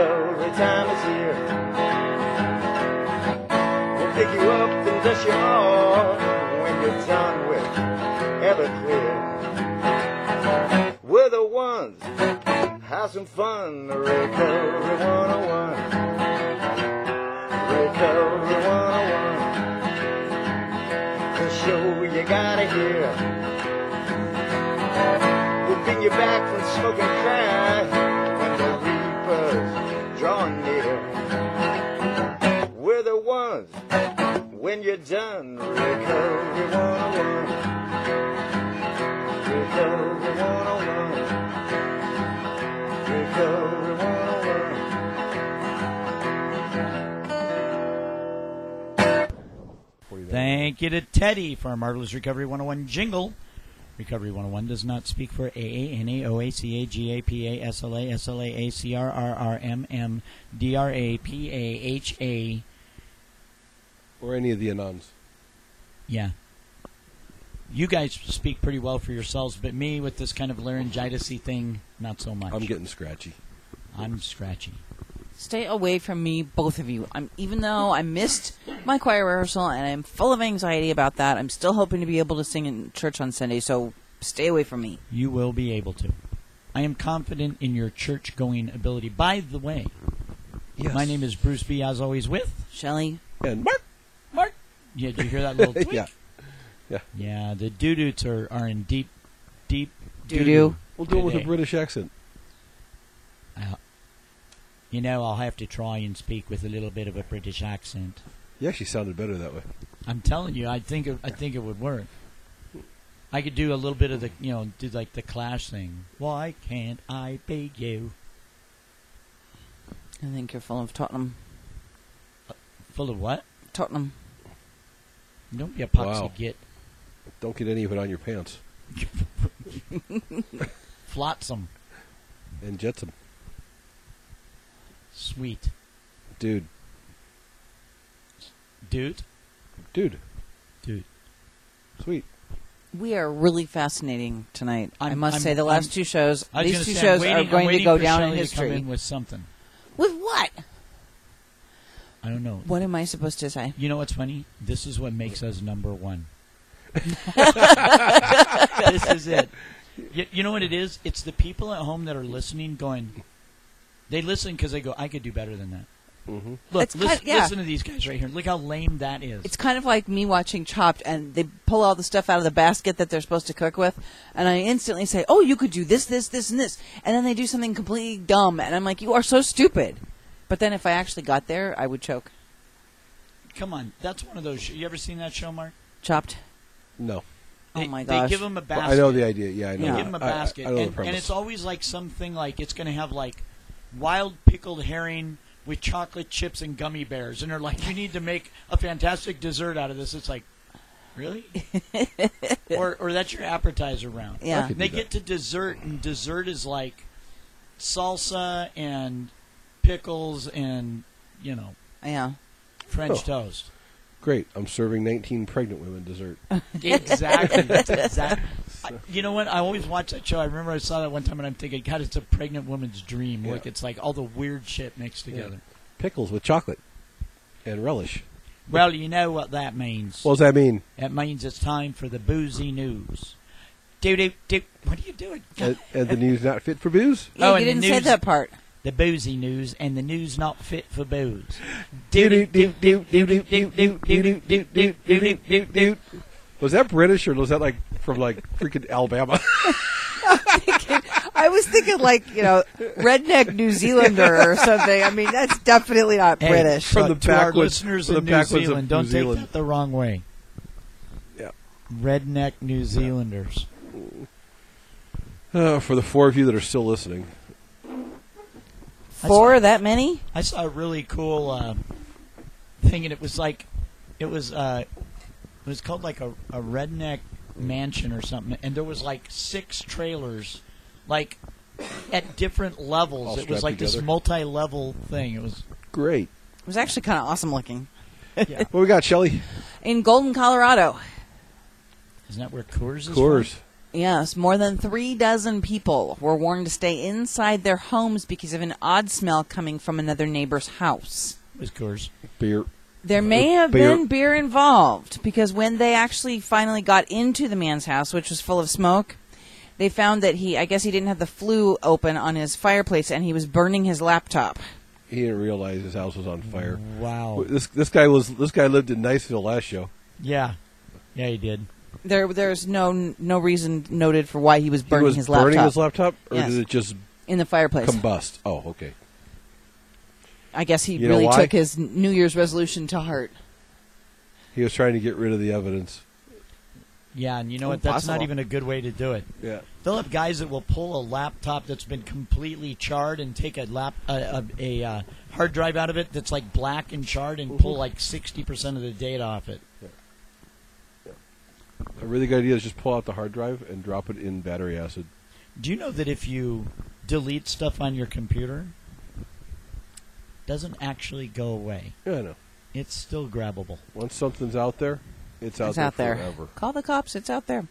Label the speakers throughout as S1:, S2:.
S1: oh the time is here. We'll pick you up and dust you off when you're done with Everclear. We're the ones. Have some fun, Recovery 101. Recovery 101. The show you gotta hear. We'll bring you back from smoking crack when the reapers draw near. We're the ones when you're done. Recovery 101. Recovery 101. Recovery 101.
S2: Thank you to Teddy for our Marvelous Recovery 101 jingle. Recovery 101 does not speak for A-A-N-A-O-A-C-A-G-A-P-A-S-L-A-S-L-A-A-C-R-R-R-M-M-D-R-A-P-A-H-A.
S3: Or any of the anons.
S2: Yeah. You guys speak pretty well for yourselves, but me with this kind of laryngitis thing, not so much.
S3: I'm getting scratchy.
S2: I'm scratchy.
S4: Stay away from me, both of you. I'm even though I missed my choir rehearsal and I'm full of anxiety about that. I'm still hoping to be able to sing in church on Sunday, so stay away from me.
S2: You will be able to. I am confident in your church going ability. By the way, my name is Bruce B. As always, with
S4: Shelley,
S3: And Mark.
S2: Mark. Yeah, did you hear that little tweak?
S3: Yeah.
S2: Yeah, the doo doots are, are in deep, deep
S4: doo doo.
S3: We'll do it with a
S2: Today.
S3: British accent.
S2: Uh, You know, I'll have to try and speak with a little bit of a British accent.
S3: You actually sounded better that way.
S2: I'm telling you, I think it, I think it would work. I could do a little bit of the, you know, do like the Clash thing. Why can't I be you?
S4: I think you're full of Tottenham.
S2: Full of what?
S4: Tottenham.
S2: Don't be a poxy
S3: Wow.
S2: git.
S3: Don't get any of it on your pants.
S2: Flotsam.
S3: And Jetsam.
S2: Sweet.
S3: Dude.
S2: Dude.
S3: Dude.
S2: Dude.
S3: Sweet.
S4: We are really fascinating tonight. i
S2: I'm-
S4: must
S2: I'm-
S4: say, the last
S2: I'm-
S4: two shows,
S2: I was
S4: these
S2: gonna
S4: two
S2: say, I'm
S4: shows
S2: waiting-
S4: are
S2: I'm
S4: going to
S2: waiting
S4: go
S2: for
S4: down in
S2: Shelley to come
S4: history.
S2: in with something.
S4: With what?
S2: I don't know.
S4: What am I supposed to say?
S2: You know what's funny? This is what makes us number one. this is it. You, you know what it is? It's the people at home that are listening going, they listen because they go, I could do better than that.
S3: Mm-hmm.
S2: Look,
S4: It's
S2: listen,
S4: kind- yeah.
S2: listen to these guys right here. Look how lame that is.
S4: It's kind of like me watching Chopped, and they pull all the stuff out of the basket that they're supposed to cook with, and I instantly say, "Oh, you could do this, this, this, and this," and then they do something completely dumb, and I'm like, "You are so stupid." But then if I actually got there, I would choke.
S2: Come on. That's one of those. Sh- you ever seen that show, Mark?
S4: Chopped.
S3: No.
S4: Oh
S2: They,
S4: my
S2: They
S4: gosh.
S2: give them a
S3: But
S2: basket.
S3: I know the idea. Yeah, I know.
S2: They
S4: Yeah.
S2: give them a
S3: I- I-
S2: basket,
S3: I, know the
S2: and,
S3: premise.
S2: and it's always like something like it's going to have like wild pickled herring with chocolate chips and gummy bears, and they're like, you need to make a fantastic dessert out of this. It's like, really? or or that's your appetizer round.
S4: Yeah.
S3: I could
S2: They
S3: do
S2: get to dessert, and dessert is like salsa and pickles and you know
S4: Yeah.
S2: French
S3: Oh.
S2: toast.
S3: Great. I'm serving 19 pregnant women dessert.
S2: Exactly. That's exact. I, you know what? I always watch that show. I remember I saw that one time, and I'm thinking, God, it's a pregnant woman's dream. Look,
S3: Yeah.
S2: it's like all the weird shit mixed together.
S3: Pickles with chocolate and relish.
S2: Well, you know what that means.
S3: What does that mean?
S2: that means it's time for the boozy news. Do do do. What are you doing?
S3: and, and the news not fit for booze?
S2: Oh,
S4: Yeah, you
S2: and the
S4: didn't say
S2: news-
S4: that part.
S2: The boozy news and the news not fit for booze.
S3: Was that British or was that like from like freaking Alabama?
S4: I was thinking like you know, redneck New Zealander or something. I mean, that's definitely not
S2: Hey,
S4: British.
S3: From
S2: to-
S3: the
S2: to our
S3: backwoods-
S2: listeners
S3: from the
S2: in New
S3: backwoods of
S2: Zealand,
S3: New
S2: don't
S3: Zealand.
S2: take that the wrong way.
S3: Yeah.
S2: Redneck New Zealanders.
S3: Uh, for the four of you that are still listening,
S4: Four that many?
S2: I saw a really cool uh, thing, and it was like, it was uh, it was called like a, a redneck mansion or something, and there was like six trailers, like at different levels.
S3: All
S2: it was
S3: strapped
S2: like this
S3: together.
S2: multi-level thing. It was
S3: great.
S4: It was actually kind of awesome looking.
S3: What we got, Shelly?
S4: In Golden, Colorado.
S2: isn't that where Coors is?
S3: Coors.
S2: from?
S4: Yes, more than three dozen people were warned to stay inside their homes because of an odd smell coming from another neighbor's house.
S2: Of course.
S3: Beer.
S4: There may have
S3: Beer.
S4: been beer involved because when they actually finally got into the man's house, which was full of smoke, they found that he, I guess he didn't have the flue open on his fireplace and he was burning his laptop.
S3: He didn't realize his house was on fire.
S2: Wow.
S3: This this guy was this guy lived in Niceville last show.
S2: Yeah. Yeah, he did.
S4: There, there's no no reason noted for why he was burning
S3: he was
S4: his laptop
S3: burning his laptop, or
S4: Yes.
S3: did it just
S4: in the fireplace.
S3: combust? Oh, okay.
S4: I guess he
S3: You know
S4: really
S3: why?
S4: took his New Year's resolution to heart.
S3: He was trying to get rid of the evidence.
S2: Yeah, and you know what? That's not
S4: Impossible.
S2: even a good way to do it.
S3: Yeah.
S2: They'll have guys that will pull a laptop that's been completely charred and take a lap a, a, a uh, hard drive out of it that's like black and charred and pull like sixty percent of the data off it.
S3: A really good idea is just pull out the hard drive and drop it in battery acid.
S2: Do you know that if you delete stuff on your computer, it doesn't actually go away.
S3: Yeah, I know.
S2: It's still grabbable.
S3: Once something's out there, it's out
S4: it's
S3: there
S4: out there.
S3: forever.
S4: Call the cops. It's out there.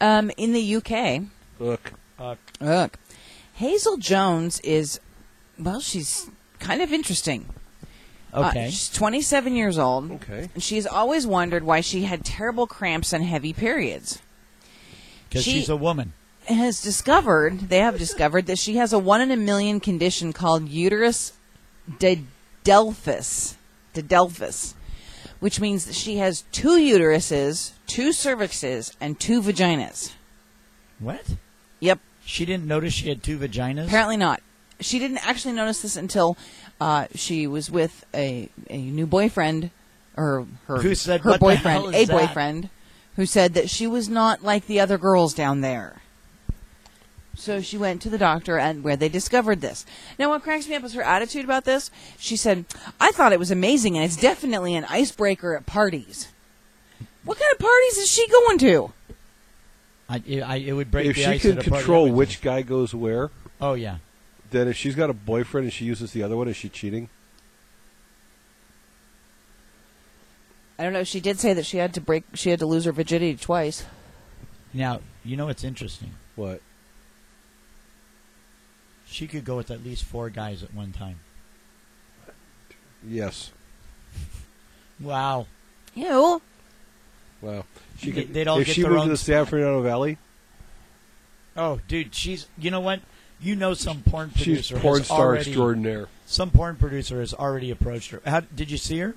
S4: Um, in the UK,
S3: Look,
S2: Uh,
S4: Look, Hazel Jones is, well, she's kind of interesting. Uh,
S2: okay.
S4: she's 27 years old.
S3: Okay.
S4: And she's always wondered why she had terrible cramps and heavy periods.
S2: Because
S4: she-
S2: she's a woman.
S4: And has discovered, they have discovered, that she has a one in a million condition called uterus didelphus. Didelphus. Which means that she has two uteruses, two cervixes, and two vaginas.
S2: What?
S4: Yep.
S2: She didn't notice she had two vaginas.
S4: Apparently not. She didn't actually notice this until uh, she was with a, a new boyfriend, or her
S2: Who said,
S4: her
S2: "What the hell
S4: boyfriend, a
S2: is that?"
S4: boyfriend, who said that she was not like the other girls down there. So she went to the doctor, and where they discovered this. Now, what cracks me up is her attitude about this. She said, "I thought it was amazing, and it's definitely an icebreaker at parties." What kind of parties is she going to?
S2: I, it- I, it would break
S3: if
S2: the
S3: she
S2: ice
S3: can
S2: at a party,
S3: control
S2: wouldn't it?
S3: which guy goes where,
S2: Oh yeah.
S3: then if she's got a boyfriend and she uses the other one, is she cheating?
S4: I don't know. She did say that she had to break. She had to lose her virginity twice.
S2: Now you know what's interesting.
S3: What?
S2: She could go with at least four guys at one time.
S3: Yes.
S2: Wow.
S4: Ew.
S3: Wow. She
S2: They-
S3: could,
S2: they'd all
S3: if
S2: get
S3: she
S2: their
S3: moved
S2: own
S3: to the San Fernando Valley,
S2: Oh, dude, she's. You know what? You know some porn producer.
S3: she's
S2: has
S3: porn star
S2: already-
S3: extraordinaire.
S2: Some porn producer has already approached her. How, did you see her?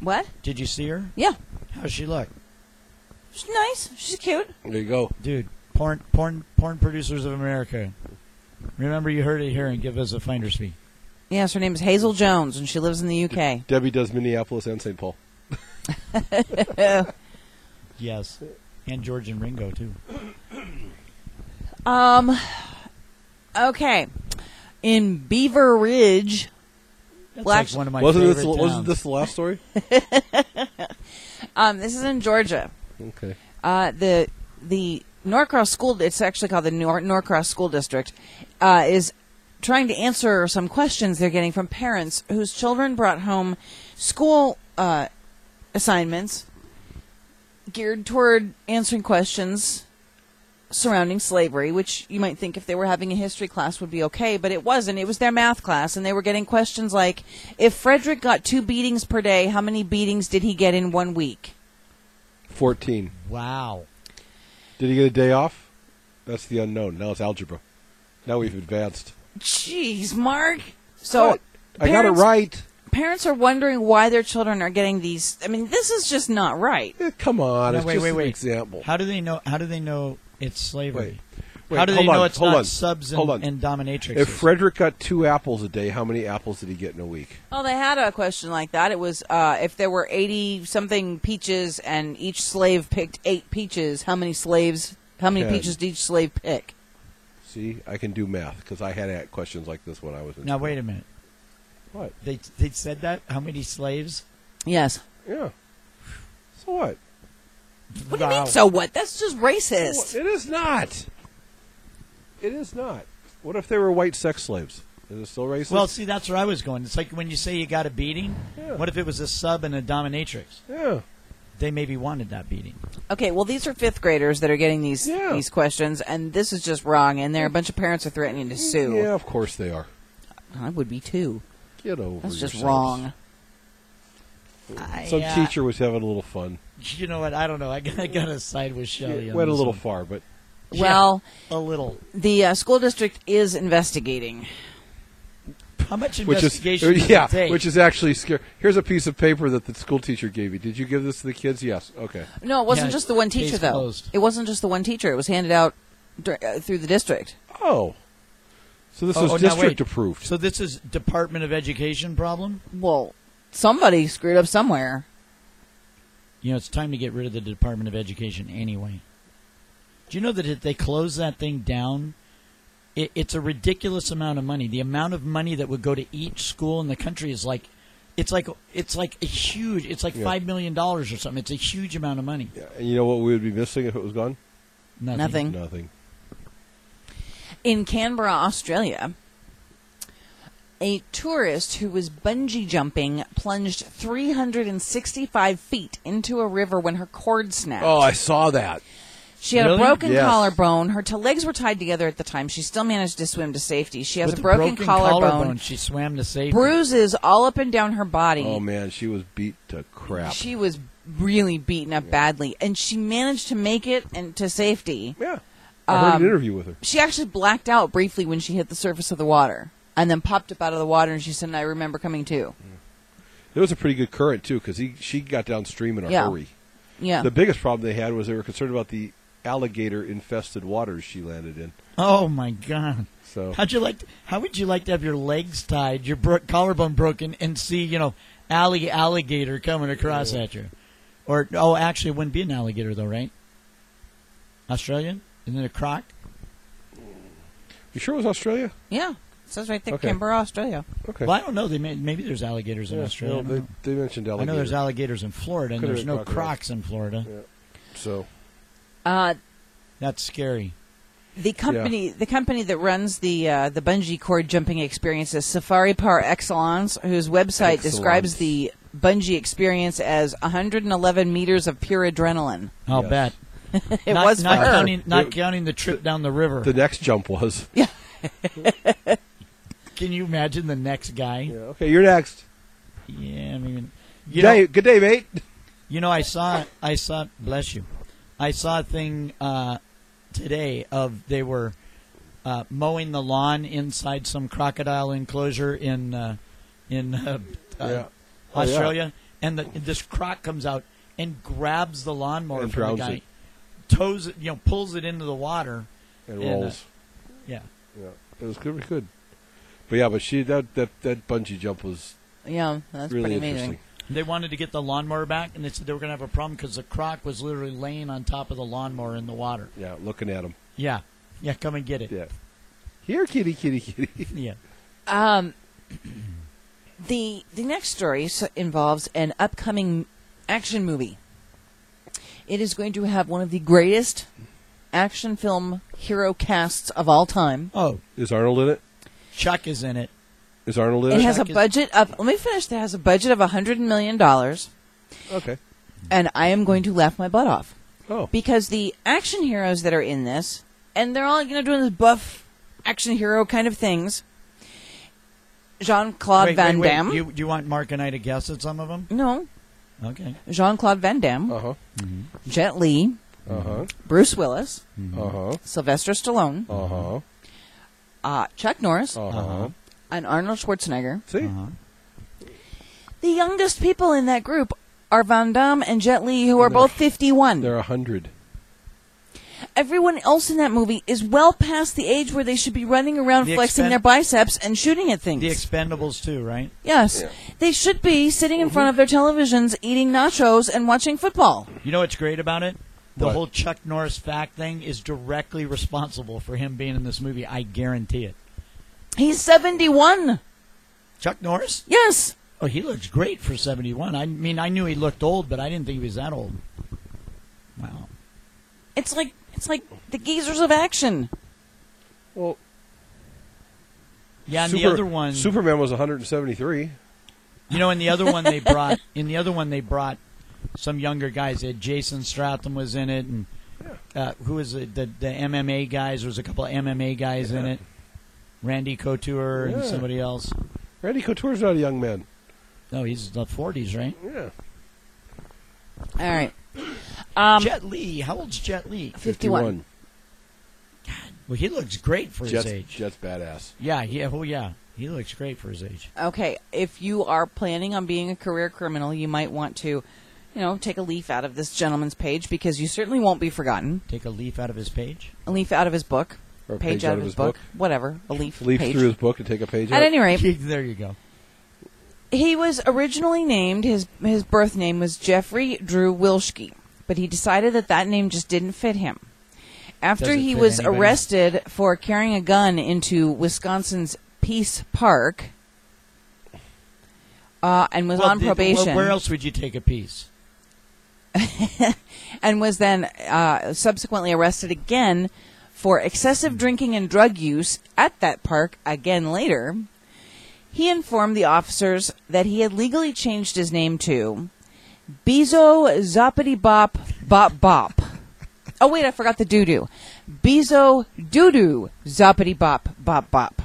S4: What?
S2: Did you see her?
S4: Yeah.
S2: How's she look,
S4: She's nice. She's cute.
S3: There you go.
S2: dude? Porn, porn, porn producers of America. Remember, you heard it here, and give us a finder's fee.
S4: Yes, her name is Hazel Jones, and she lives in the UK.
S3: Debbie does Minneapolis and St. Paul.
S2: Yes, and George and Ringo too.
S4: Um, okay. In Beaver Ridge,
S2: That's
S4: Well,
S2: like
S4: actually-
S2: one of my
S3: Wasn't
S2: favorite
S3: this wasn't
S2: towns.
S3: this the last story?
S4: um, this is in Georgia.
S3: okay.
S4: Uh, the the Norcross School. It's actually called the Nor- Norcross School District. Uh, is trying to answer some questions they're getting from parents whose children brought home school uh, assignments geared toward answering questions surrounding slavery, which you might think if they were having a history class would be okay, but it wasn't. It was their math class, and they were getting questions like, if Frederick got two beatings per day, how many beatings did he get in one week?
S3: Fourteen.
S2: Wow.
S3: Did he get a day off? That's the unknown. Now it's algebra. Now we've advanced.
S4: Jeez, Mark. So
S3: I got it
S4: parents-
S3: right.
S4: Parents are wondering why their children are getting these. I mean, this is just not right.
S3: Eh, come on,
S2: No,
S3: it's
S2: wait,
S3: just
S2: wait,
S3: an
S2: wait.
S3: example.
S2: How do they know? How do they know it's slavery?
S3: Wait,
S2: how do they
S3: hold on,
S2: know it's
S3: hold
S2: not
S3: on,
S2: subs and,
S3: hold on.
S2: and dominatrixes?
S3: If Frederick got two apples a day, how many apples did he get in a week?
S4: Well, they had a question like that. It was uh, if there were eighty something peaches and each slave picked eight peaches, how many slaves? How many
S3: Ten.
S4: peaches did each slave pick?
S3: See, I can do math because I had at- questions like this when I was in
S2: now wait a minute.
S3: What?
S2: They they said that. How many slaves?
S4: Yes.
S3: Yeah. So what?
S4: What do you mean? So what? That's just racist.
S3: Well, it is not. It is not. What if they were white sex slaves? Is it still racist?
S2: Well, see, that's where I was going. It's like when you say you got a beating.
S3: Yeah.
S2: What if it was a sub and a dominatrix?
S3: yeah.
S2: they maybe wanted that beating.
S4: Okay, well, these are fifth graders that are getting these
S3: Yeah.
S4: these questions, and this is just wrong. And there, a bunch of parents are threatening to sue.
S3: Yeah, of course they are.
S4: I would be too.
S3: Get over
S4: That's just
S3: Oh, yourselves.
S4: wrong.
S3: Some
S2: I, uh,
S3: teacher was having a little fun.
S2: You know what? I don't know. I gotta, I gotta side with Shelly. on
S3: Went a
S2: this
S3: little
S2: one.
S3: far, but
S2: Yeah,
S4: Well,
S2: a little.
S4: the uh, school district is investigating.
S2: How much
S3: which is
S2: investigation? does it
S3: yeah,
S2: take?
S3: which is actually scary. Here's a piece of paper that the school teacher gave you. Did you give this to the kids? Yes. Okay.
S4: No, it wasn't
S2: Yeah,
S4: just the one
S2: case
S4: teacher though.
S2: closed.
S4: It wasn't just the one teacher. It was handed out dur- uh, through the district.
S3: Oh, so this
S2: Oh,
S3: was
S2: oh, now
S3: district
S2: wait.
S3: approved.
S2: So this is Department of Education problem.
S4: Well, somebody screwed up somewhere.
S2: You know, it's time to get rid of the Department of Education anyway. Do you know that if they close that thing down, it, it's a ridiculous amount of money. The amount of money that would go to each school in the country is like, it's like it's like a huge. It's like
S3: Yeah.
S2: five million dollars or something. It's a huge amount of money.
S3: Yeah, and you know what we would be missing if it was gone?
S2: Nothing.
S4: Nothing. Mm.
S3: Nothing.
S4: In Canberra, Australia, a tourist who was bungee jumping plunged 365 feet into a river when her cord snapped.
S3: Oh, I saw that.
S4: she had
S2: Really?
S4: a broken
S3: Yes.
S4: collarbone. Her t- legs were tied together at the time. She still managed to swim to safety. She has
S2: With
S4: a broken, collarbone,
S2: she swam to safety.
S4: bruises all up and down her body.
S3: Oh man, she was beat to crap.
S4: She was really beaten up badly, and she managed to make it and to safety.
S3: yeah, I heard
S4: Um,
S3: an interview with her.
S4: She actually blacked out briefly when she hit the surface of the water, and then popped up out of the water. And she said, "I remember coming
S3: Mm.
S4: to."
S3: There was a pretty good current too, because she got downstream in a
S4: Yeah.
S3: hurry.
S4: Yeah,
S3: The biggest problem they had was they were concerned about the alligator infested waters she landed in.
S2: Oh my god!
S3: So
S2: How'd you like? To, how would you like to have your legs tied, your bro- collarbone broken, and see you know alley alligator coming across at you? Or oh, actually, it wouldn't be an alligator though, right? Australian? Isn't it a croc?
S3: you sure it was Australia?
S4: yeah. It says right there,
S3: Okay.
S4: Canberra, Australia.
S3: Okay.
S2: Well, I don't know. They may, maybe there's alligators in
S3: Yeah,
S2: Australia.
S3: well,
S2: I, don't know.
S3: they, they mentioned
S2: I
S3: alligator.
S2: know there's alligators in Florida, and
S3: Could've
S2: there's
S3: been
S2: no
S3: crocodiles.
S2: crocs in Florida.
S3: Yeah. so
S4: Uh,
S2: That's scary.
S4: the company, the company that runs the uh, the bungee cord jumping experience is Safari Par Excellence, whose website
S3: Excellence.
S4: describes the bungee experience as 111 meters of pure adrenaline.
S2: I'll
S3: Yes.
S2: bet.
S4: It
S2: not,
S4: was
S2: not
S4: for her.
S2: counting not
S3: It-
S2: counting the trip down the river.
S3: the next jump was.
S2: Can you imagine the next guy?
S3: Yeah, okay, you're next.
S2: Yeah, I mean, you
S3: Day-
S2: know,
S3: good day, mate.
S2: you know, I saw, I saw, bless you, I saw a thing uh, today of they were uh, mowing the lawn inside some crocodile enclosure in uh, in uh, uh,
S3: Yeah. Oh, yeah.
S2: Australia, and the, this croc comes out and grabs the lawnmower
S3: And
S2: from the
S3: drowns
S2: guy,
S3: it.
S2: tows it, you know, pulls it into the water.
S3: It
S2: And, uh,
S3: rolls.
S2: Yeah,
S3: yeah, it was good. good. But yeah, but she that that that bungee jump was
S4: Yeah, that's
S3: really
S4: pretty
S3: interesting.
S4: amazing.
S2: they wanted to get the lawnmower back, and they said they were going to have a problem because the croc was literally laying on top of the lawnmower in the water.
S3: Yeah, looking at him.
S2: Yeah, yeah, come and get it.
S3: Yeah. Here, kitty, kitty, kitty.
S2: yeah.
S4: Um, the the next story s- involves an upcoming action movie. It is going to have one of the greatest action film hero casts of all time.
S2: Oh,
S3: Is Arnold in it?
S2: Chuck is in it.
S3: Is Arnold in
S4: It
S3: it?
S4: has a
S2: Jack is-
S4: budget of. Let me finish. It has a budget of a hundred million dollars,
S3: okay.
S4: and I am going to laugh my butt off
S3: Oh,
S4: because the action heroes that are in this, and they're all you know doing this buff action hero kind of things. Jean Claude
S2: Wait,
S4: Van
S2: wait, wait.
S4: Damme.
S2: You, do you want Mark and I to guess at some of them?
S4: no,
S2: Okay.
S4: Jean Claude Van Damme.
S2: Oh.
S3: uh huh,
S4: Jet Li,
S3: uh huh,
S4: Bruce Willis,
S2: Mm-hmm.
S3: uh huh,
S4: Sylvester Stallone,
S3: uh huh,
S2: Uh-huh.
S4: uh, Chuck Norris,
S2: Oh.
S3: uh huh.
S4: and Arnold Schwarzenegger.
S3: See,
S2: Uh-huh.
S4: The youngest people in that group are Van Damme and Jet Li, who are
S3: They're-
S4: both 51.
S3: they're a hundred.
S4: Everyone else in that movie is well past the age where they should be running around
S2: The
S4: flexing
S2: expen-
S4: their biceps and shooting at things.
S2: The Expendables too, right?
S4: yes. They should be sitting in front of
S2: Mm-hmm.
S4: their televisions, eating nachos, and watching football.
S2: You know what's great about it? The
S3: What?
S2: whole Chuck Norris fact thing is directly responsible for him being in this movie. I guarantee it.
S4: He's 71.
S2: Chuck Norris?
S4: Yes.
S2: Oh, he looks great for seventy-one. I mean, I knew he looked old, but I didn't think he was that old. Wow.
S4: It's like it's like the geezers of action.
S3: Well,
S2: Yeah, and the
S3: Super-
S2: other one,
S3: Superman was 173.
S2: you know, in the other one they brought, in the other one they brought some younger guys. They had Jason Stratham was in it, and uh, who was it? The, the MMA guys. There was a couple of MMA guys in
S3: Yeah.
S2: it. Randy Couture and
S3: Yeah.
S2: somebody else.
S3: Randy Couture's not a young man.
S2: No, he's in the 40s, right?
S3: Yeah.
S4: All right. Um,
S2: Jet Li. How old's Jet Li?
S4: 51.
S2: Well, he looks great for
S3: Jet's,
S2: his age.
S3: Jet's badass.
S2: Yeah, yeah, oh yeah. He looks great for his age.
S4: Okay, if you are planning on being a career criminal, you might want to, you know, take a leaf out of this gentleman's page because you certainly won't be forgotten.
S2: Take a leaf out of his page.
S4: A leaf out of his book,
S3: Or a
S4: page, out, of his book. whatever. A leaf,
S3: Leaf
S4: page.
S3: through his book and take a page
S4: At
S3: out.
S4: any rate,
S2: there you go.
S4: he was originally named his his birth name was Jeffrey Drew Wilshke, but he decided that that name just didn't fit him. After
S2: Doesn't
S4: he
S2: fit
S4: was
S2: anybody.
S4: arrested for carrying a gun into Wisconsin's Peace Park, uh, and was on
S2: did-
S4: probation.
S2: where else would you take a piece?
S4: and was then uh, subsequently arrested again for excessive drinking and drug use at that park again later. He informed the officers that he had legally changed his name to Bezo Zoppity Bop Bop Bop. Oh, wait, I forgot the doo doo. Bezo Doo Doo Zoppity Bop Bop Bop.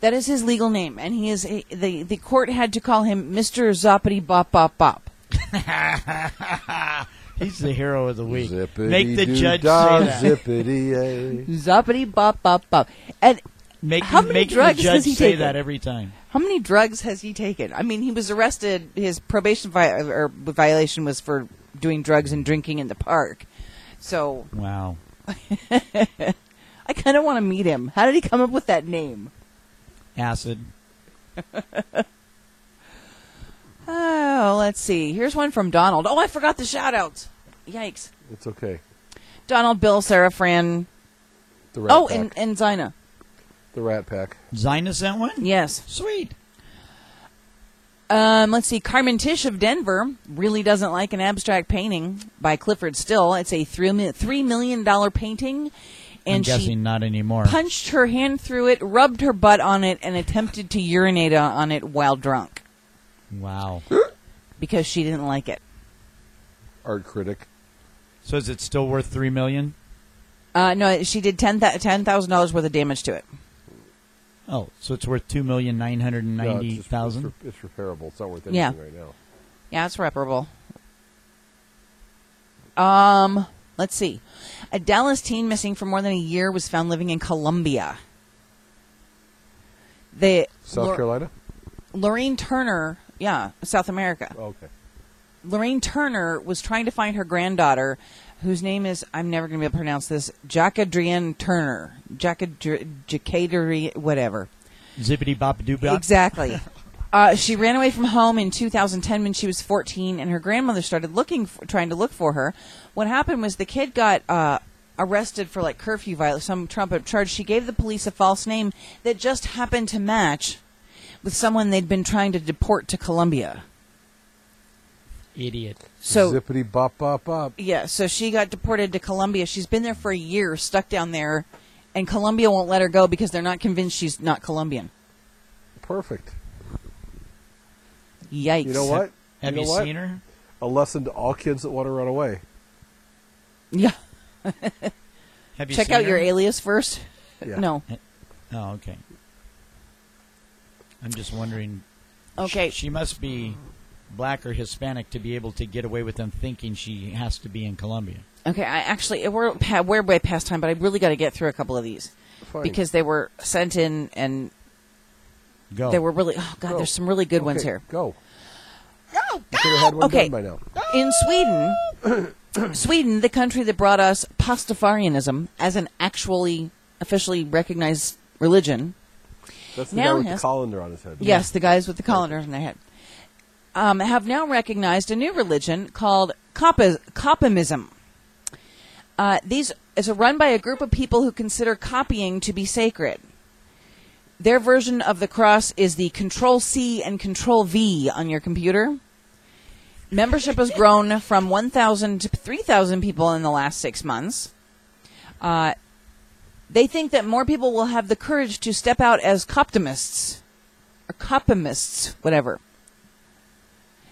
S4: That is his legal name, and he is the the court had to call him Mister Zoppity Bop Bop Bop.
S2: He's the hero of the week.
S1: Zippity
S2: Make the
S1: doo
S2: judge
S1: dah,
S2: say that.
S1: Zippity
S4: Zoppity bop bop bop. And
S2: Make,
S4: How many
S2: make the
S4: drugs
S2: judge
S4: has he
S2: say
S4: taken?
S2: that every time.
S4: how many drugs has he taken? I mean, he was arrested. His probation vi- or violation was for doing drugs and drinking in the park. So
S2: Wow.
S4: I kind of want to meet him. How did he come up with that name?
S2: Acid.
S4: Oh, let's see. Here's one from Donald. Oh, I forgot the shout outs. Yikes.
S3: A. It's okay.
S4: Donald, Bill, Sarah, Fran.
S3: The rat
S4: Oh,
S3: pack.
S4: and, and Zina.
S3: the rat pack.
S2: Zina sent one?
S4: Yes.
S2: Sweet.
S4: Um, let's see. Carmen Tish of Denver really doesn't like an abstract painting by Clifford Still. It's a three mi- three million dollar painting,
S2: I'm
S4: and
S2: guessing
S4: she
S2: not anymore.
S4: punched her hand through it, rubbed her butt on it, and attempted to urinate on on it while drunk
S2: Wow.
S4: because she didn't like it.
S3: Art critic.
S2: So is it still worth three million?
S4: Uh, no, she did ten thousand dollars worth of damage to it.
S2: Oh, so it's worth two million nine hundred and
S3: No,
S2: ninety
S3: it's, just-
S2: thousand.
S3: It's, re- it's repairable. It's not worth anything
S4: Yeah.
S3: right now.
S4: Yeah, it's reparable. Um, let's see. A Dallas teen missing for more than a year was found living in Colombia. The
S3: South
S4: Lor-
S3: Carolina?
S4: Lorraine Turner, yeah, South America.
S3: Oh, okay.
S4: Lorraine Turner was trying to find her granddaughter, whose name is I'm never going to be able to pronounce this. Jacadrian Turner, Jacadrian, whatever.
S2: Zippity bop doo bop.
S4: Exactly. Uh, she ran away from home in 2010 when she was 14, and her grandmother started looking, for, trying to look for her. What happened was the kid got uh, arrested for like curfew violation, some trumped up charge. She gave the police a false name that just happened to match with someone they'd been trying to deport to Colombia.
S2: Idiot.
S4: So
S3: Zippity bop bop bop.
S4: yeah, so she got deported to Colombia. She's been there for a year, stuck down there, and Colombia won't let her go because they're not convinced she's not Colombian.
S3: Perfect.
S4: Yikes!
S3: You know what?
S2: Have
S3: you,
S2: you,
S3: know what?
S2: seen her?
S3: A lesson to all kids that want to run away.
S4: Yeah.
S2: Have you
S4: Check
S2: seen
S4: out your
S2: her?
S4: alias first.
S3: Yeah.
S4: No.
S2: Oh, okay. I'm just wondering.
S4: Okay.
S2: She, she must be black or Hispanic to be able to get away with them thinking she has to be in Colombia.
S4: Okay. I actually we're pa- we're way past time, but I really got to get through a couple of these
S3: Fine.
S4: because they were sent in and
S2: Go.
S4: they were really. Oh God,
S3: Go.
S4: there's some really good
S3: Okay,
S4: ones here.
S3: Go. You could have had one
S4: Okay.
S3: done by now.
S4: In Sweden, Sweden, the country that brought us Pastafarianism as an actually officially recognized religion.
S3: That's the
S4: Now
S3: guy with
S4: has-
S3: the colander on his head.
S4: Yes, the guys with the colanders in their head um, have now recognized a new religion called Coppa- Coppimism. Uh, these is a run by a group of people who consider copying to be sacred. Their version of the cross is the Control C and Control V on your computer. Membership has grown from 1,000 to 3,000 people in the last six months. Uh, they think that more people will have the courage to step out as Coptimists or Copimists, whatever.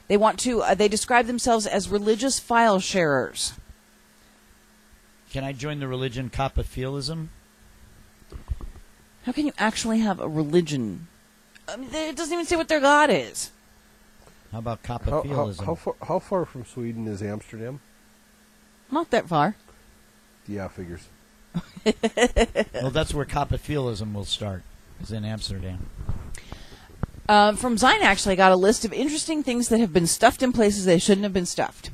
S4: They want to. Uh, they describe themselves as religious file sharers.
S2: Can I join the religion copophilism?
S4: How can you actually have a religion? I mean, they- it doesn't even say what their god is.
S2: How about
S3: How, how,
S2: copophilism?
S3: how, far, how far from Sweden is Amsterdam?
S4: Not that far.
S3: Yeah, figures.
S2: well, that's where copophilism will start. Is in Amsterdam.
S4: Uh, from Zine, actually, I got a list of interesting things that have been stuffed in places they shouldn't have been stuffed.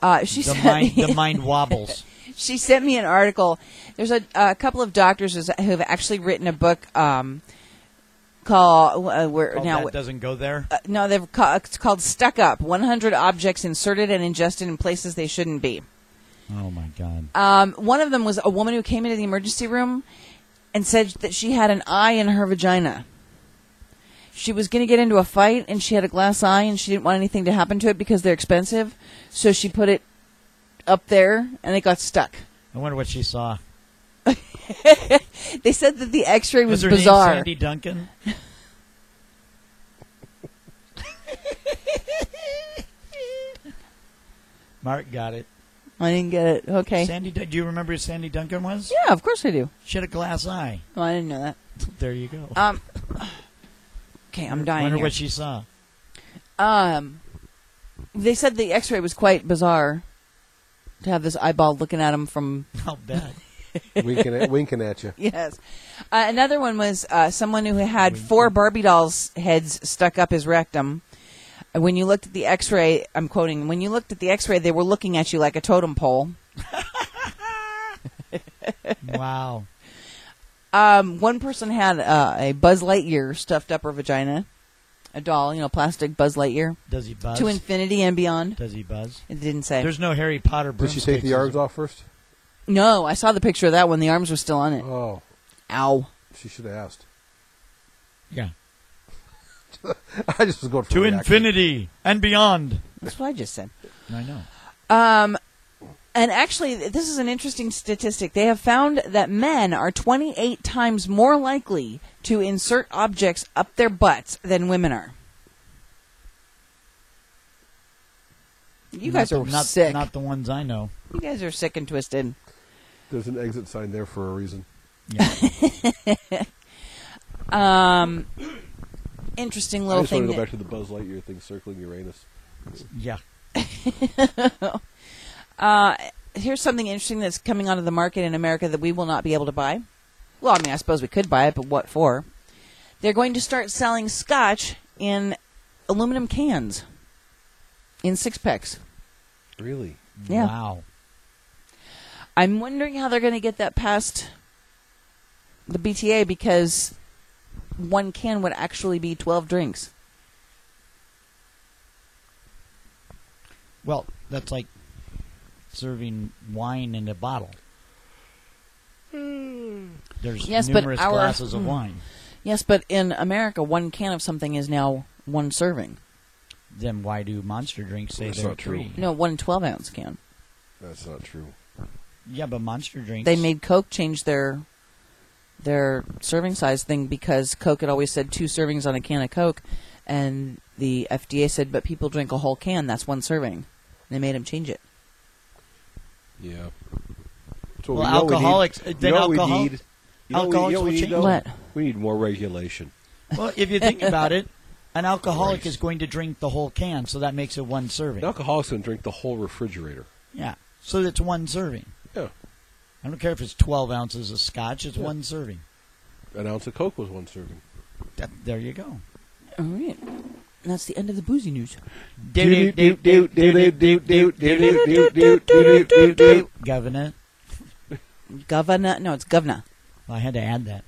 S4: Uh, she
S2: The
S4: sent
S2: mind,
S4: me,
S2: the mind wobbles.
S4: she sent me an article. There's a, a couple of doctors who's- who have actually written a book um, called uh, where
S2: Oh,
S4: now
S2: that doesn't go there.
S4: uh, no they've ca- it's called Stuck Up: 100 Objects Inserted and Ingested in Places They Shouldn't Be.
S2: Oh my God!
S4: Um, one of them was a woman who came into the emergency room and said that she had an eye in her vagina. She was going to get into a fight and she had a glass eye and she didn't want anything to happen to it because they're expensive. So she put it up there and it got stuck.
S2: I wonder what she saw.
S4: They said that the x ray was
S2: her
S4: bizarre.
S2: name Sandy Duncan? Mark got it.
S4: I didn't get it. Okay.
S2: Sandy, Dun- do you remember who Sandy Duncan was?
S4: yeah, of course I do.
S2: She had a glass eye.
S4: Well, I didn't know that.
S2: There you go.
S4: Um, okay, I'm dying.
S2: wonder
S4: here.
S2: what she saw.
S4: Um, they said the x ray was quite bizarre to have this eyeball looking at him from
S2: I'll bet.
S3: winking, at, winking at you.
S4: Yes. Uh, another one was uh, someone who had four Barbie dolls' heads stuck up his rectum. Uh, When you looked at the x ray, I'm quoting, when you looked at the x ray, they were looking at you like a totem pole.
S2: Wow.
S4: Um, one person had uh, a Buzz Lightyear stuffed up her vagina, a doll, you know, plastic Buzz Lightyear,
S2: Does he buzz?
S4: to infinity and beyond.
S2: Does he buzz?
S4: It didn't say.
S2: There's no Harry Potter.
S3: Did she take the arms off first?
S4: no, I saw the picture of that one. The arms were still on it.
S3: Oh,
S4: Ow.
S3: she should have asked.
S2: Yeah.
S3: I just was going for
S2: To
S3: a reaction.
S2: infinity and beyond.
S4: That's what I just said.
S2: I know.
S4: Um, and actually, th- this is an interesting statistic. They have found that men are 28 times more likely to insert objects up their butts than women are. You guys
S2: Not
S4: are
S2: the- not,
S4: sick.
S2: Not the ones I know.
S4: you guys are sick and twisted.
S3: There's an exit sign there for a reason.
S2: Yeah.
S4: Um, interesting
S3: I
S4: little
S3: just want
S4: thing.
S3: to go
S4: that-
S3: back to the Buzz Lightyear thing circling Uranus.
S2: yeah.
S4: Uh, here's something interesting that's coming onto the market in America that we will not be able to buy. Well, I mean, I suppose we could buy it, but what for? They're going to start selling scotch in aluminum cans, in six packs.
S3: Really?
S4: Yeah.
S2: Wow.
S4: I'm wondering how they're going to get that past the BTA because one can would actually be 12 drinks.
S2: Well, that's like serving wine in a bottle. There's
S4: Hmm. Yes, but
S2: numerous
S4: our-
S2: glasses of
S4: Hmm.
S2: wine.
S4: Yes, but in America, one can of something is now one serving.
S2: Then why do monster drinks say
S3: That's
S2: they're
S3: not true.
S2: three?
S4: No, one 12 ounce can.
S3: That's not true.
S2: Yeah, but monster drinks.
S4: they made Coke change their their serving size thing because Coke had always said two servings on a can of Coke, and the FDA said, "But people drink a whole can. That's one serving." And they made them change it.
S3: Yeah.
S2: Well, alcoholics-
S3: We need,
S2: then
S3: you know what
S2: alcohol-
S3: we need. You know what we-
S2: alcoholics
S3: you know what
S2: will
S3: we need,
S2: change.
S3: though?
S4: What?
S3: We need more regulation.
S2: Well, if you think about it, an alcoholic
S3: Christ.
S2: is going to drink the whole can, so that makes it one serving.
S3: An alcoholic's going to drink the whole refrigerator.
S2: Yeah. So it's one serving.
S3: Yeah.
S2: I don't care if it's 12 ounces of scotch, it's one serving.
S3: An ounce of Coke was one serving.
S2: That, there you go.
S4: All right, Oh, and that's the end of the boozy news.
S2: Governor.
S4: Governor, no, it's governor.
S2: I had to add that.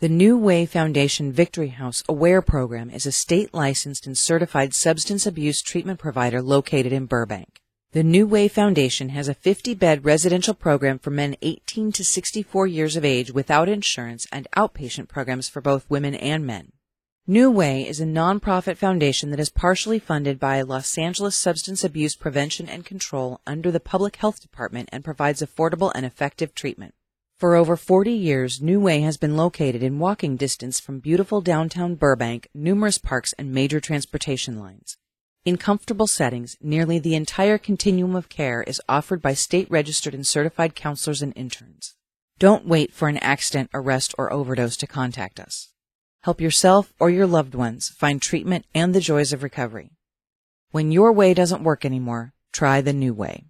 S5: The New Way Foundation Victory House Aware program is a state licensed and certified substance abuse treatment provider located in Burbank. The New Way Foundation has a 50 bed residential program for men 18 to 64 years of age without insurance and outpatient programs for both women and men. New Way is a nonprofit foundation that is partially funded by Los Angeles Substance Abuse Prevention and Control under the Public Health Department and provides affordable and effective treatment. For over 40 years, New Way has been located in walking distance from beautiful downtown Burbank, numerous parks, and major transportation lines. In comfortable settings, nearly the entire continuum of care is offered by state registered and certified counselors and interns. Don't wait for an accident, arrest, or overdose to contact us. Help yourself or your loved ones find treatment and the joys of recovery. When your way doesn't work anymore, try the new way.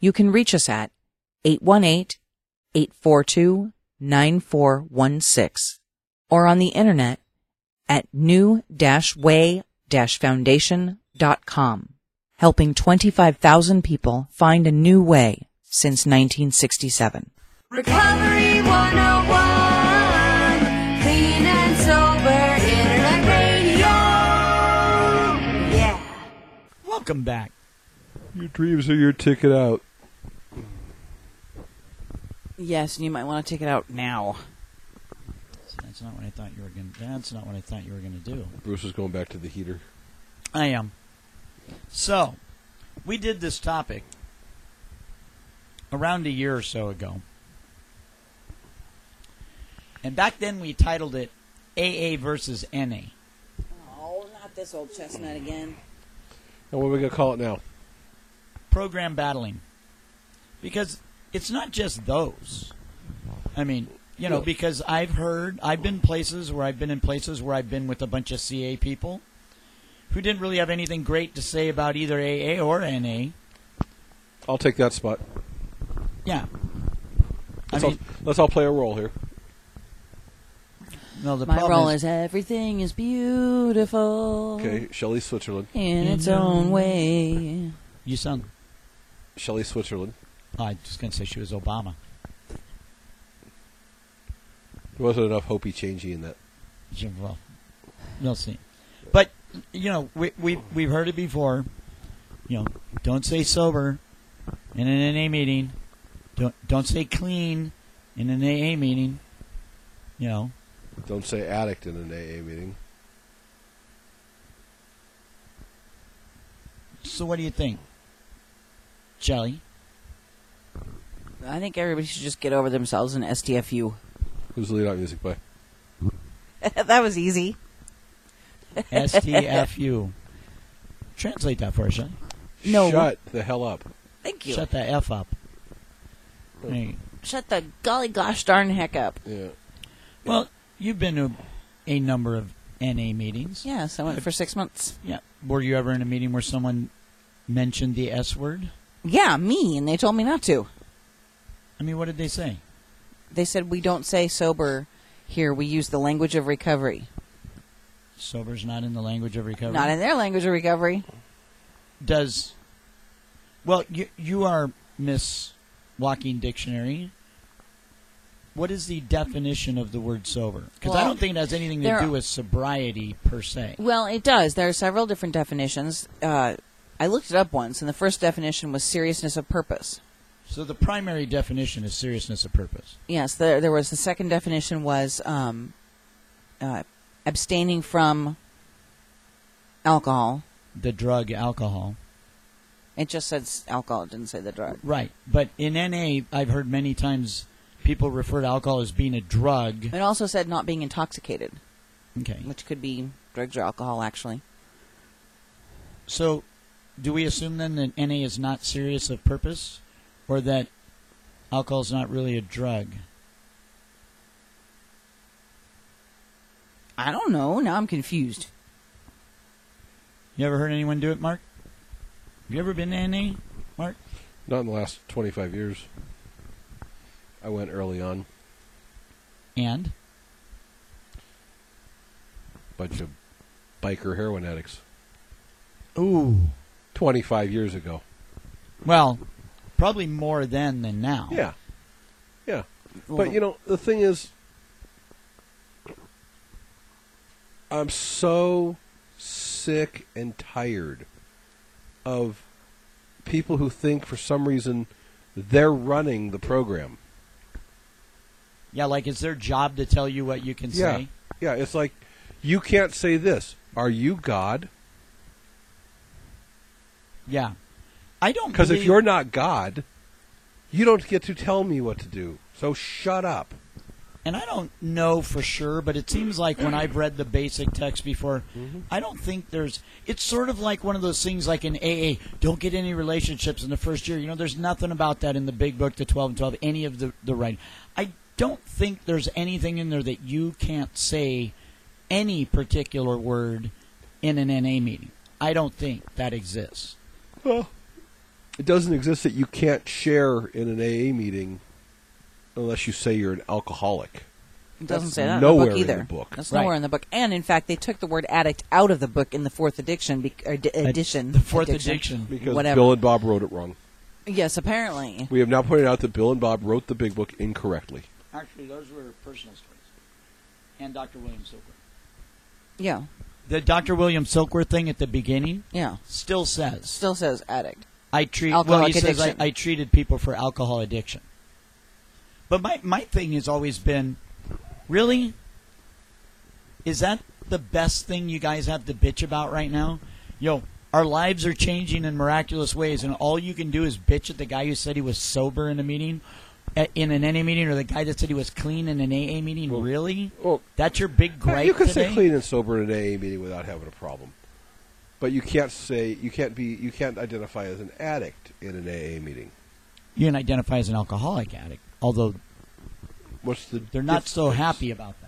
S5: You can reach us at 818-842-9416 or on the internet at new-way-foundation.com, helping 25,000 people find a new way since 1967.
S6: Recovery 101, clean and sober, internet radio. Yeah.
S2: Welcome back.
S3: Your dreams are your ticket out.
S4: Yes, and you might want to take it out now.
S2: That's not what I thought you were going. to That's not what I thought you were going to do.
S3: Bruce is going back to the heater.
S2: I am. So, we did this topic around a year or so ago. And back then we titled it AA versus NA.
S4: Oh, not this old chestnut again.
S3: And what are we going to call it now?
S2: program battling because it's not just those i mean you know because i've heard i've been places where i've been in places where i've been with a bunch of ca people who didn't really have anything great to say about either aa or na
S3: I'll take that spot.
S2: yeah i
S3: Let's,
S2: mean
S3: all, let's all play a role here.
S2: no the
S4: My
S2: problem
S4: role is everything is beautiful
S3: Okay, Shelley Switzerland.
S4: in its own way.
S2: you sound
S3: Shelley Switzerland.
S2: oh, i was going to say she was obama
S3: There wasn't enough Hopi changey in that.
S2: Yeah, well, we'll see. But you know, we we we've heard it before. You know, don't say sober in an NA meeting. Don't don't say clean in an AA meeting. You know,
S3: Don't say addict in an AA meeting.
S2: so what do you think, Jelly?
S4: I think everybody should just get over themselves and STFU.
S3: Who's the lead out music by?
S4: that was easy.
S2: STFU. Translate that for us. Jelly.
S4: No.
S3: Shut the hell up.
S4: Thank you.
S2: Shut the f up. Hey,
S4: Shut the golly gosh darn heck up.
S3: Yeah.
S2: Well, you've been to a number of NA meetings.
S4: Yes, I went for six months.
S2: Yeah. Were you ever in a meeting where someone mentioned the S word?
S4: Yeah, me, and they told me not to.
S2: I mean, what did they say?
S4: They said we don't say sober here. We use the language of recovery,
S2: Sober's not in the language of recovery.
S4: not in their language of recovery.
S2: Does well, you you are Miss Walking Dictionary. What is the definition of the word sober? Because I
S4: Well,
S2: don't think it has anything to
S4: there-
S2: do with sobriety per se.
S4: Well, it does. There are several different definitions. Uh, I looked it up once, and the first definition was seriousness of purpose.
S2: So the primary definition is seriousness of purpose.
S4: Yes, there, there was the second definition was um, uh, abstaining from alcohol.
S2: The drug alcohol.
S4: It just said s- alcohol. It didn't say the drug.
S2: Right. But in NA I've heard many times people refer to alcohol as being a drug.
S4: It also said not being intoxicated,
S2: Okay.
S4: which could be drugs or alcohol, actually.
S2: So, do we assume then that NA is not serious of purpose, or that alcohol is not really a drug?
S4: I don't know. Now I'm confused.
S2: You ever heard anyone do it, Mark? Have you ever been to NA, Mark?
S3: Not in the last 25 years. I went early on.
S2: And
S3: Bunch of biker heroin addicts.
S2: ooh,
S3: 25 years ago.
S2: well, probably more then than now.
S3: Yeah. Yeah.
S4: Well-
S3: But, you know, the thing is, I'm so sick and tired of people who think for some reason they're running the program.
S2: yeah. Like, it's their job to tell you what you can
S3: Yeah.
S2: say.
S3: Yeah, it's like you can't say this. Are you God?
S2: Yeah, I don't
S3: Because if
S2: believe-
S3: you're not God, you don't get to tell me what to do. So shut up.
S2: and I don't know for sure, but it seems like when I've read the basic text before, I don't think there's. It's sort of like one of those things like in AA, don't get any relationships in the first year. You know, there's nothing about that in the big book, the 12 and 12, any of the, the writing. I don't think there's anything in there that you can't say any particular word in an NA meeting. I don't think that exists.
S3: Well, it doesn't exist that you can't share in an AA meeting unless you say you're an alcoholic.
S4: It doesn't
S3: That's
S4: say that
S3: nowhere
S4: in the book
S3: in
S4: either.
S3: the book.
S4: That's
S2: Right.
S4: nowhere in the book. And in fact, they took the word addict out of the book in the fourth addiction bec- or di- edition.
S2: the fourth addiction.
S3: Because
S4: Whatever.
S3: Bill and Bob wrote it wrong.
S4: Yes, apparently.
S3: We have now pointed out that Bill and Bob wrote the big book incorrectly.
S2: Actually, those were personal stories. And Dr. William Silkworth.
S4: Yeah,
S2: The Dr. William Silkworth thing at the beginning
S4: yeah.
S2: still says
S4: Still says addict.
S2: I treat well,
S4: Alcoholic
S2: he says I,
S4: addiction.
S2: I treated people for alcohol addiction. But my my thing has always been really is that the best thing you guys have to bitch about right now? Yo, our lives are changing in miraculous ways and all you can do is bitch at the guy who said he was sober in a meeting a- in an NA meeting or the guy that said he was clean in an AA meeting. really?
S3: well-
S2: That's your big gripe
S3: you can
S2: today?
S3: say clean and sober in an AA meeting without having a problem, but you can't say you can't be you can't identify as an addict in an AA meeting.
S2: You can identify as an alcoholic addict, although
S3: What's the?
S2: they're not so
S3: difference?
S2: happy about that.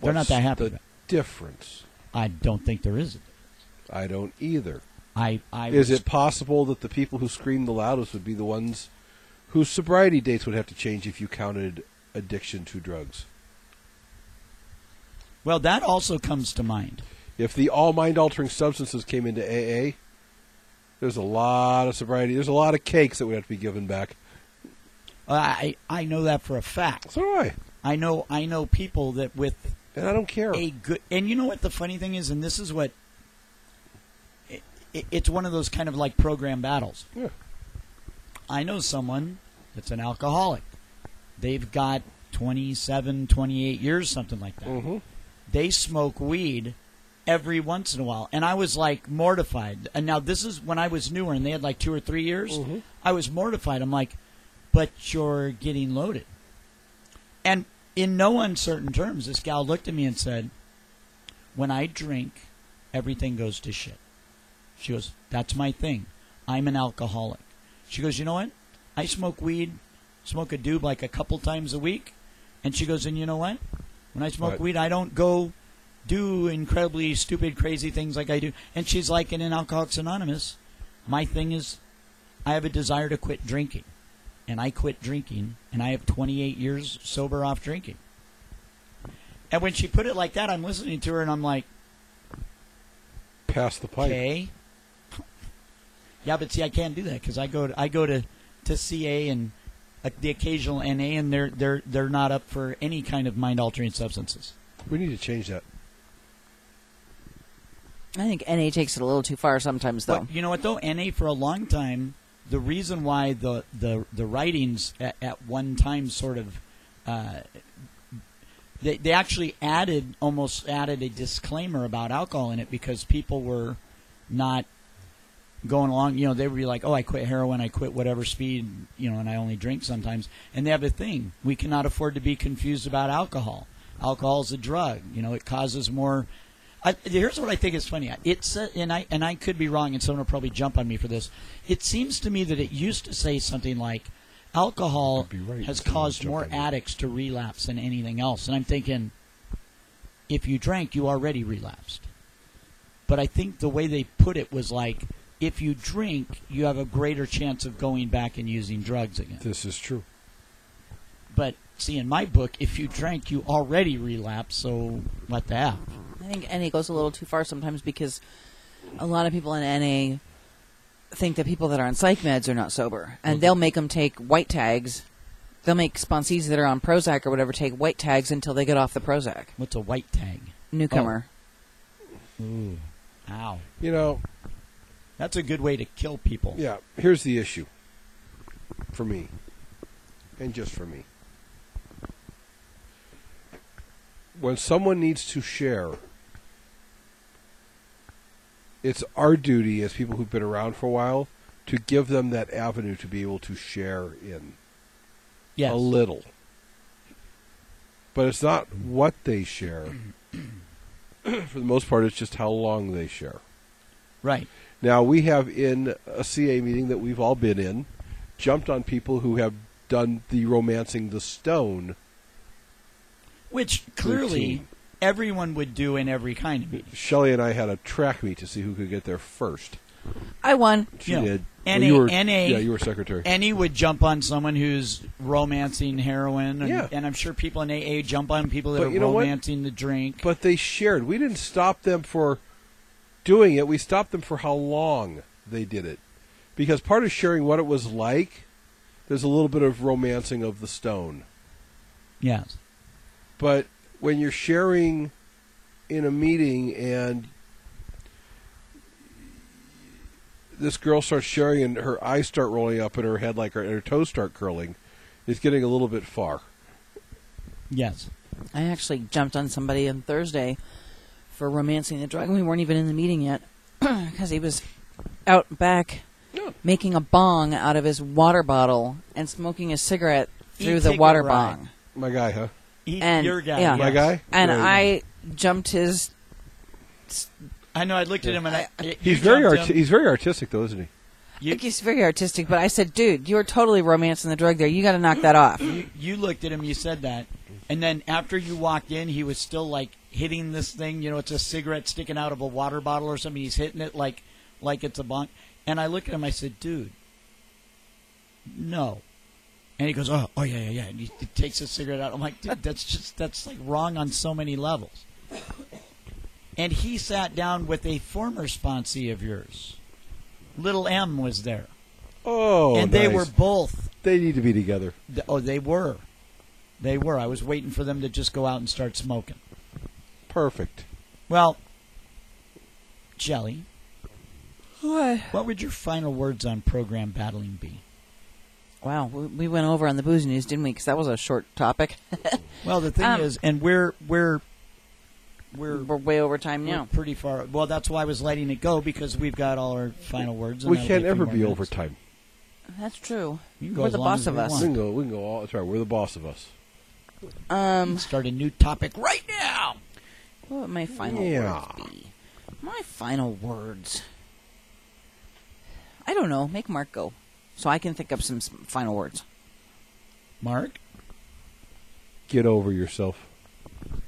S2: They're
S3: What's
S2: not that happy.
S3: the
S2: about it.
S3: difference.
S2: I don't think there is. a difference.
S3: I don't either.
S2: I, I
S3: Is
S2: was-
S3: it possible that the people who scream the loudest would be the ones whose sobriety dates would have to change if you counted addiction to drugs?
S2: Well, that also comes to mind.
S3: If the all mind altering substances came into AA, there's a lot of sobriety. There's a lot of cakes that would have to be given back.
S2: Uh, I I know that for a fact.
S3: So do I,
S2: I know I know people that with
S3: and I don't care.
S2: a good and you know what the funny thing is, and this is what it, it, it's one of those kind of like program battles.
S3: Yeah.
S2: I know someone that's an alcoholic. They've got 27, 28 years, something like that.
S3: Mhm.
S2: They smoke weed every once in a while. And I was like mortified. And now, this is when I was newer and they had like two or three years. I was mortified. I'm like, but you're getting loaded. And in no uncertain terms, this gal looked at me and said, When I drink, everything goes to shit. She goes, That's my thing. I'm an alcoholic. She goes, You know what? I smoke weed, smoke a doob like a couple times a week. And she goes, And you know what? When I smoke
S3: Right.
S2: weed, I don't go do incredibly stupid, crazy things like I do. And she's like, And in Alcoholics Anonymous, my thing is I have a desire to quit drinking. And I quit drinking, and I have 28 years sober off drinking. And when she put it like that, I'm listening to her and I'm like,
S3: Pass the pipe.
S2: Okay. Yeah, but see, I can't do that because I go to I go to, to CA and uh, the occasional NA, and they're they're they're not up for any kind of mind altering substances.
S3: We need to change that.
S4: I think NA takes it a little too far sometimes, though.
S2: But you know what though, NA for a long time, the reason why the the the writings at, at one time sort of. Uh, they, they actually added almost added a disclaimer about alcohol in it because people were not going along, you know, they would be like, "Oh, I quit heroin, I quit whatever speed, you know, and I only drink sometimes." And they have a thing: we cannot afford to be confused about alcohol. Alcohol is a drug, you know. It causes more. I, here's what I think is funny. It's uh, and I and I could be wrong, and someone will probably jump on me for this. It seems to me that it used to say something like, "Alcohol
S3: You'd be right,
S2: has
S3: someone will
S2: caused
S3: jump
S2: more
S3: on you.
S2: addicts to relapse than anything else," and I'm thinking, if you drank, you already relapsed but I think the way they put it was like, if you drink, you have a greater chance of going back and using drugs again.
S3: This is true.
S2: But see, in my book, if you drank, you already relapsed, so what the hell?
S4: I think NA goes a little too far sometimes because a lot of people in NA think that people that are on psych meds are not sober, and they'll make them take white tags. They'll make sponsees that are on Prozac or whatever take white tags until they get off the Prozac.
S2: What's a white tag?
S4: Newcomer.
S2: Ooh. Ow.
S3: You know,
S2: That's a good way to kill people.
S3: yeah, here's the issue for me, and just for me. When someone needs to share, it's our duty as people who've been around for a while to give them that avenue to be able to share in.
S2: Yes.
S3: a little. But it's not what they share. For the most part, it's just how long they share.
S2: Right.
S3: Now, we have in a CA meeting that we've all been in, jumped on people who have done the romancing the stone.
S2: Which clearly
S3: Routine.
S2: everyone would do in every kind of meeting.
S3: Shelley and I had a track meet to see who could get there first.
S4: I won.
S3: She
S2: Yeah.
S3: did.
S2: NA
S3: you were,
S2: NA
S3: yeah, you were secretary.
S2: Any would jump on someone who's romancing heroin, and,
S3: Yeah.
S2: and I'm sure people in AA jump on people that
S3: But
S2: are
S3: you know what?
S2: romancing the drink.
S3: but they shared. We didn't stop them for doing it. We stopped them for how long they did it. Because part of sharing what it was like, there's a little bit of romancing of the stone.
S2: yes,
S3: But when you're sharing in a meeting and this girl starts sharing and her eyes start rolling up and her head like her, and her toes start curling, it's getting a little bit far.
S2: yes.
S4: I actually jumped on somebody on Thursday for romancing the drug. We weren't even in the meeting yet because he was out back making a bong out of his water bottle and smoking a cigarette through
S2: He'd
S4: the
S2: take a
S4: water
S2: ride.
S4: bong.
S3: My guy, huh?
S2: He,
S4: And-
S2: your guy,
S4: yeah.
S3: My
S2: yes.
S3: guy?
S4: And
S3: Yeah.
S4: I jumped his.
S2: I know. I looked at him and I.
S3: He's very arti- he's very artistic though, isn't he?
S2: You-
S4: Like, he's very artistic, but I said, "Dude, you are totally romancing the drug. There, you got to knock that off."
S2: You, you looked at him. You said that, and then after you walked in, he was still like hitting this thing. You know, it's a cigarette sticking out of a water bottle or something. He's hitting it like, like it's a bong. And I look at him. I said, "Dude, no." And he goes, "Oh, oh yeah, yeah, yeah." And he, he takes his cigarette out. I'm like, "Dude, that's just that's like wrong on so many levels." And he sat down with a former sponsee of yours. Little M was there,
S3: Oh,
S2: and they
S3: nice.
S2: were both
S3: They need to be together.
S2: Th- Oh, they were. They were. I was waiting for them to just go out and start smoking.
S3: Perfect.
S2: Well, Jelly, what would your final words on program battling be?
S4: Wow, we we went over on the booze news, didn't we? Because that was a short topic.
S2: Well, the thing
S4: Um,
S2: is, and we're we're we're,
S4: We're way over time
S2: we're
S4: now.
S2: pretty far. Well, that's why I was letting it go because we've got all our final words. and
S3: we
S2: that'll
S3: can't
S2: a few
S3: ever
S2: more
S3: be
S2: minutes.
S3: overtime.
S4: That's true.
S2: You can go
S4: We're
S2: as
S4: the
S2: long
S4: boss
S2: as
S4: of
S2: we
S4: us.
S3: We
S2: want.
S3: can go. We can go. All, that's right. We're the boss of us.
S4: Um,
S2: Start a new topic right now.
S4: what would my final
S3: Yeah.
S4: words be? My final words. I don't know. Make Mark go, so I can think up some s- final words.
S2: Mark,
S3: Get over yourself.
S2: did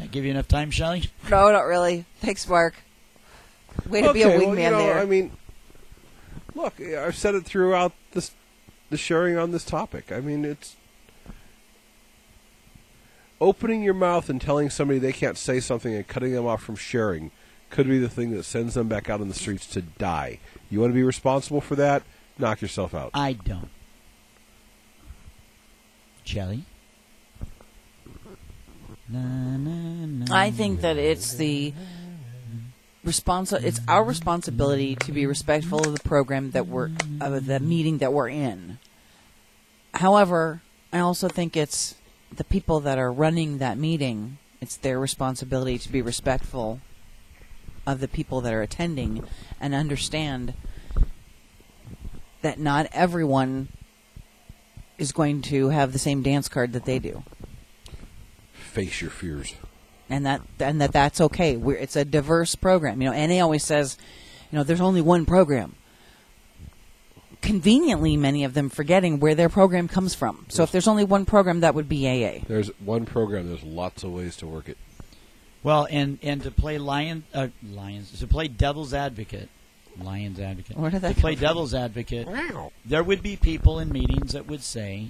S2: I give you enough time, Shelly?
S4: No, not really. Thanks, Mark. Way to
S3: okay,
S4: be a wingman
S3: well, you know,
S4: there.
S3: I mean, look, I've said it throughout this, the sharing on this topic. I mean, it's opening your mouth and telling somebody they can't say something and cutting them off from sharing could be the thing that sends them back out on the streets to die. You want to be responsible for that? Knock yourself out.
S2: I don't. Jelly. Na, na, na.
S4: I think that it's the responsi- It's our responsibility to be respectful of the program that we're of the meeting that we're in. However, I also think it's the people that are running that meeting. It's their responsibility to be respectful of the people that are attending and understand that not everyone is going to have the same dance card that they do
S3: Face your fears.
S4: and that and that that's okay. We're, it's a diverse program. You know, NA always says, you know, there's only one program. Conveniently, many of them forgetting where their program comes from. So if there's only one program, that would be AA.
S3: There's one program. There's lots of ways to work it.
S2: well, and and to play lion, uh, lions, to play devil's advocate, lions advocate.
S4: Where did that
S2: to play
S4: come from?
S2: devil's advocate? There would be people in meetings that would say,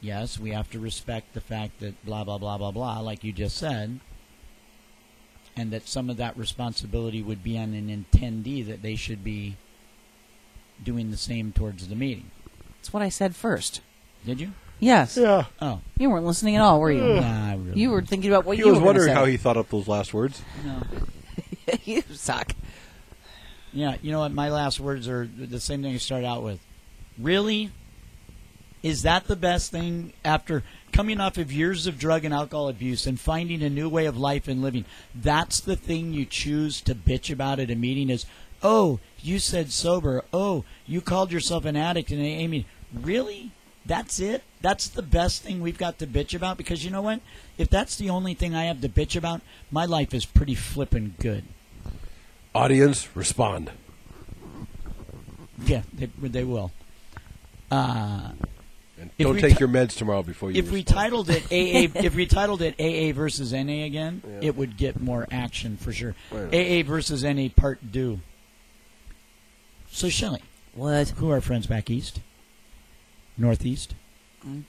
S2: "Yes, we have to respect the fact that blah blah blah blah blah," like you just said, and that some of that responsibility would be on an attendee that they should be doing the same towards the meeting.
S4: That's what I said first.
S2: Did you?
S4: Yes,
S3: Yeah.
S2: Oh,
S4: you weren't listening at all, were you?
S2: nah, I really
S4: You were thinking about what
S3: He
S4: you
S3: was
S4: were gonna
S3: wondering how
S4: say.
S3: he thought up those last words.
S2: No.
S4: you suck.
S2: Yeah, you know what? My last words are the same thing I started out with. Really? Is that the best thing after coming off of years of drug and alcohol abuse and finding a new way of life and living? That's the thing you choose to bitch about at a meeting is, oh, you said sober. Oh, you called yourself an addict in an AA meeting. really? That's it? That's the best thing we've got to bitch about? Because you know what? If that's the only thing I have to bitch about, my life is pretty flippin' good.
S3: Audience, respond.
S2: Yeah, they, they will. Uh,
S3: And
S2: If
S3: don't
S2: we
S3: take
S2: ti-
S3: your meds tomorrow before you.
S2: if we
S3: respond.
S2: titled it AA, if we titled it AA versus NA again, it would get more action for sure.
S3: Wait a
S2: AA versus NA part due. So Shelley,
S4: What?
S2: who are our friends back east, northeast,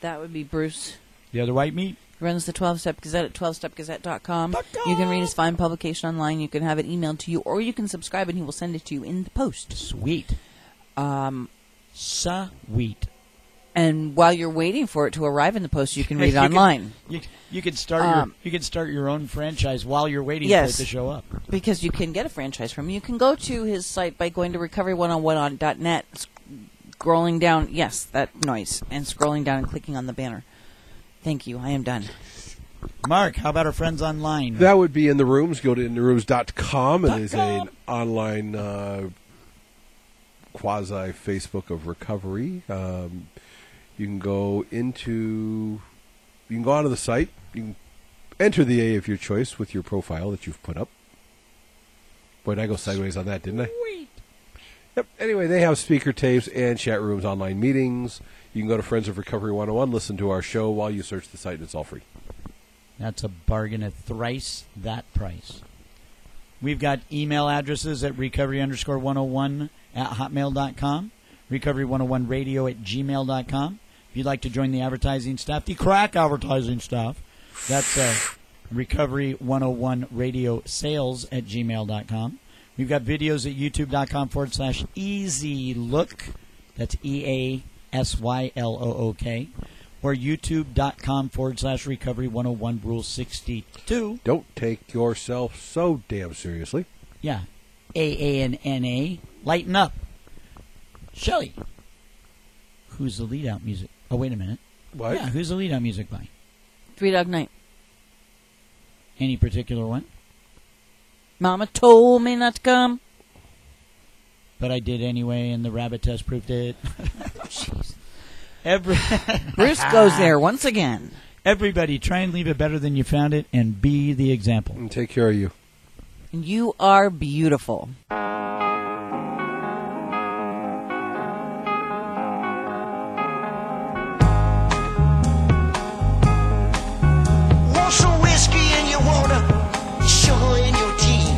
S4: That would be Bruce.
S2: the other white meat?
S4: He runs the 12 Step Gazette at 12stepgazette.com.
S2: Dot com.
S4: You can read his fine publication online. You can have it emailed to you, or you can subscribe and he will send it to you in the post.
S2: Sweet,
S4: Um,
S2: sweet.
S4: and while you're waiting for it to arrive in the post, you can read it
S2: You
S4: online
S2: You, you could start
S4: Um,
S2: your you could start your own franchise while you're waiting
S4: Yes.
S2: for it to show up.
S4: because you can get a franchise from him. You can go to his site by going to recovery101on.net, scrolling down, yes, that noise, and scrolling down and clicking on the banner. Thank you. I am done.
S2: Mark, how about our friends online?
S3: That would be in the rooms. Go to intherooms.com. It is
S2: .com.
S3: an online uh, quasi Facebook of recovery. Um, you can go into, you can go onto the site. You can enter the A of your choice with your profile that you've put up. Boy, did I go sideways on that, didn't I? Yep. Anyway, they have speaker tapes and chat rooms, online meetings. You can go to Friends of Recovery 101, listen to our show while you search the site, and it's all free.
S2: That's a bargain at thrice that price. We've got email addresses at recovery underscore 101 at hotmail.com, recovery101 radio at gmail.com. If you'd like to join the advertising staff, the crack advertising staff, that's uh, recovery101 radio sales at gmail.com. We've got videos at youtube.com forward slash easy look. That's E A S Y L O O K. Or youtube.com forward slash recovery 101 rule 62.
S3: Don't take yourself so damn seriously.
S2: Yeah. AA and NA. Lighten up. Shelly. Who's the lead out music? Oh, wait a minute.
S3: What?
S2: Yeah, who's the lead out music by?
S4: Three Dog Night.
S2: Any particular one?
S4: Mama told me not to come.
S2: But I did anyway, and the rabbit test proved it. Every,
S4: Bruce goes there once again.
S2: everybody, try and leave it better than you found it and be the example.
S3: And take care of you.
S4: And you are beautiful.
S7: Want some whiskey in your water, sugar in your tea.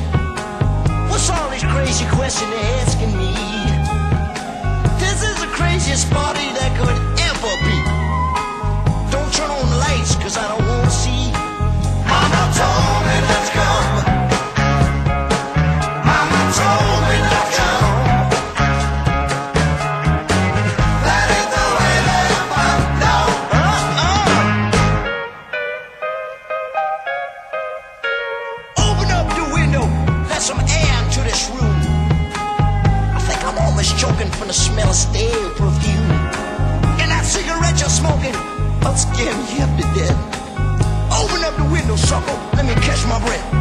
S7: What's all this crazy question they're asking me? This is the craziest party that could ever be. Don't turn on the lights, cause I don't wanna see. Mama told me not to come. Mama told me not to come. That ain't the way that I'm, no, uh-uh. Open up the window, let some air into this room. I think I'm almost choking from the smell of stale perfume. And that cigarette you're smoking, I'm scaring me half to death. Open up the window, sucker, let me catch my breath.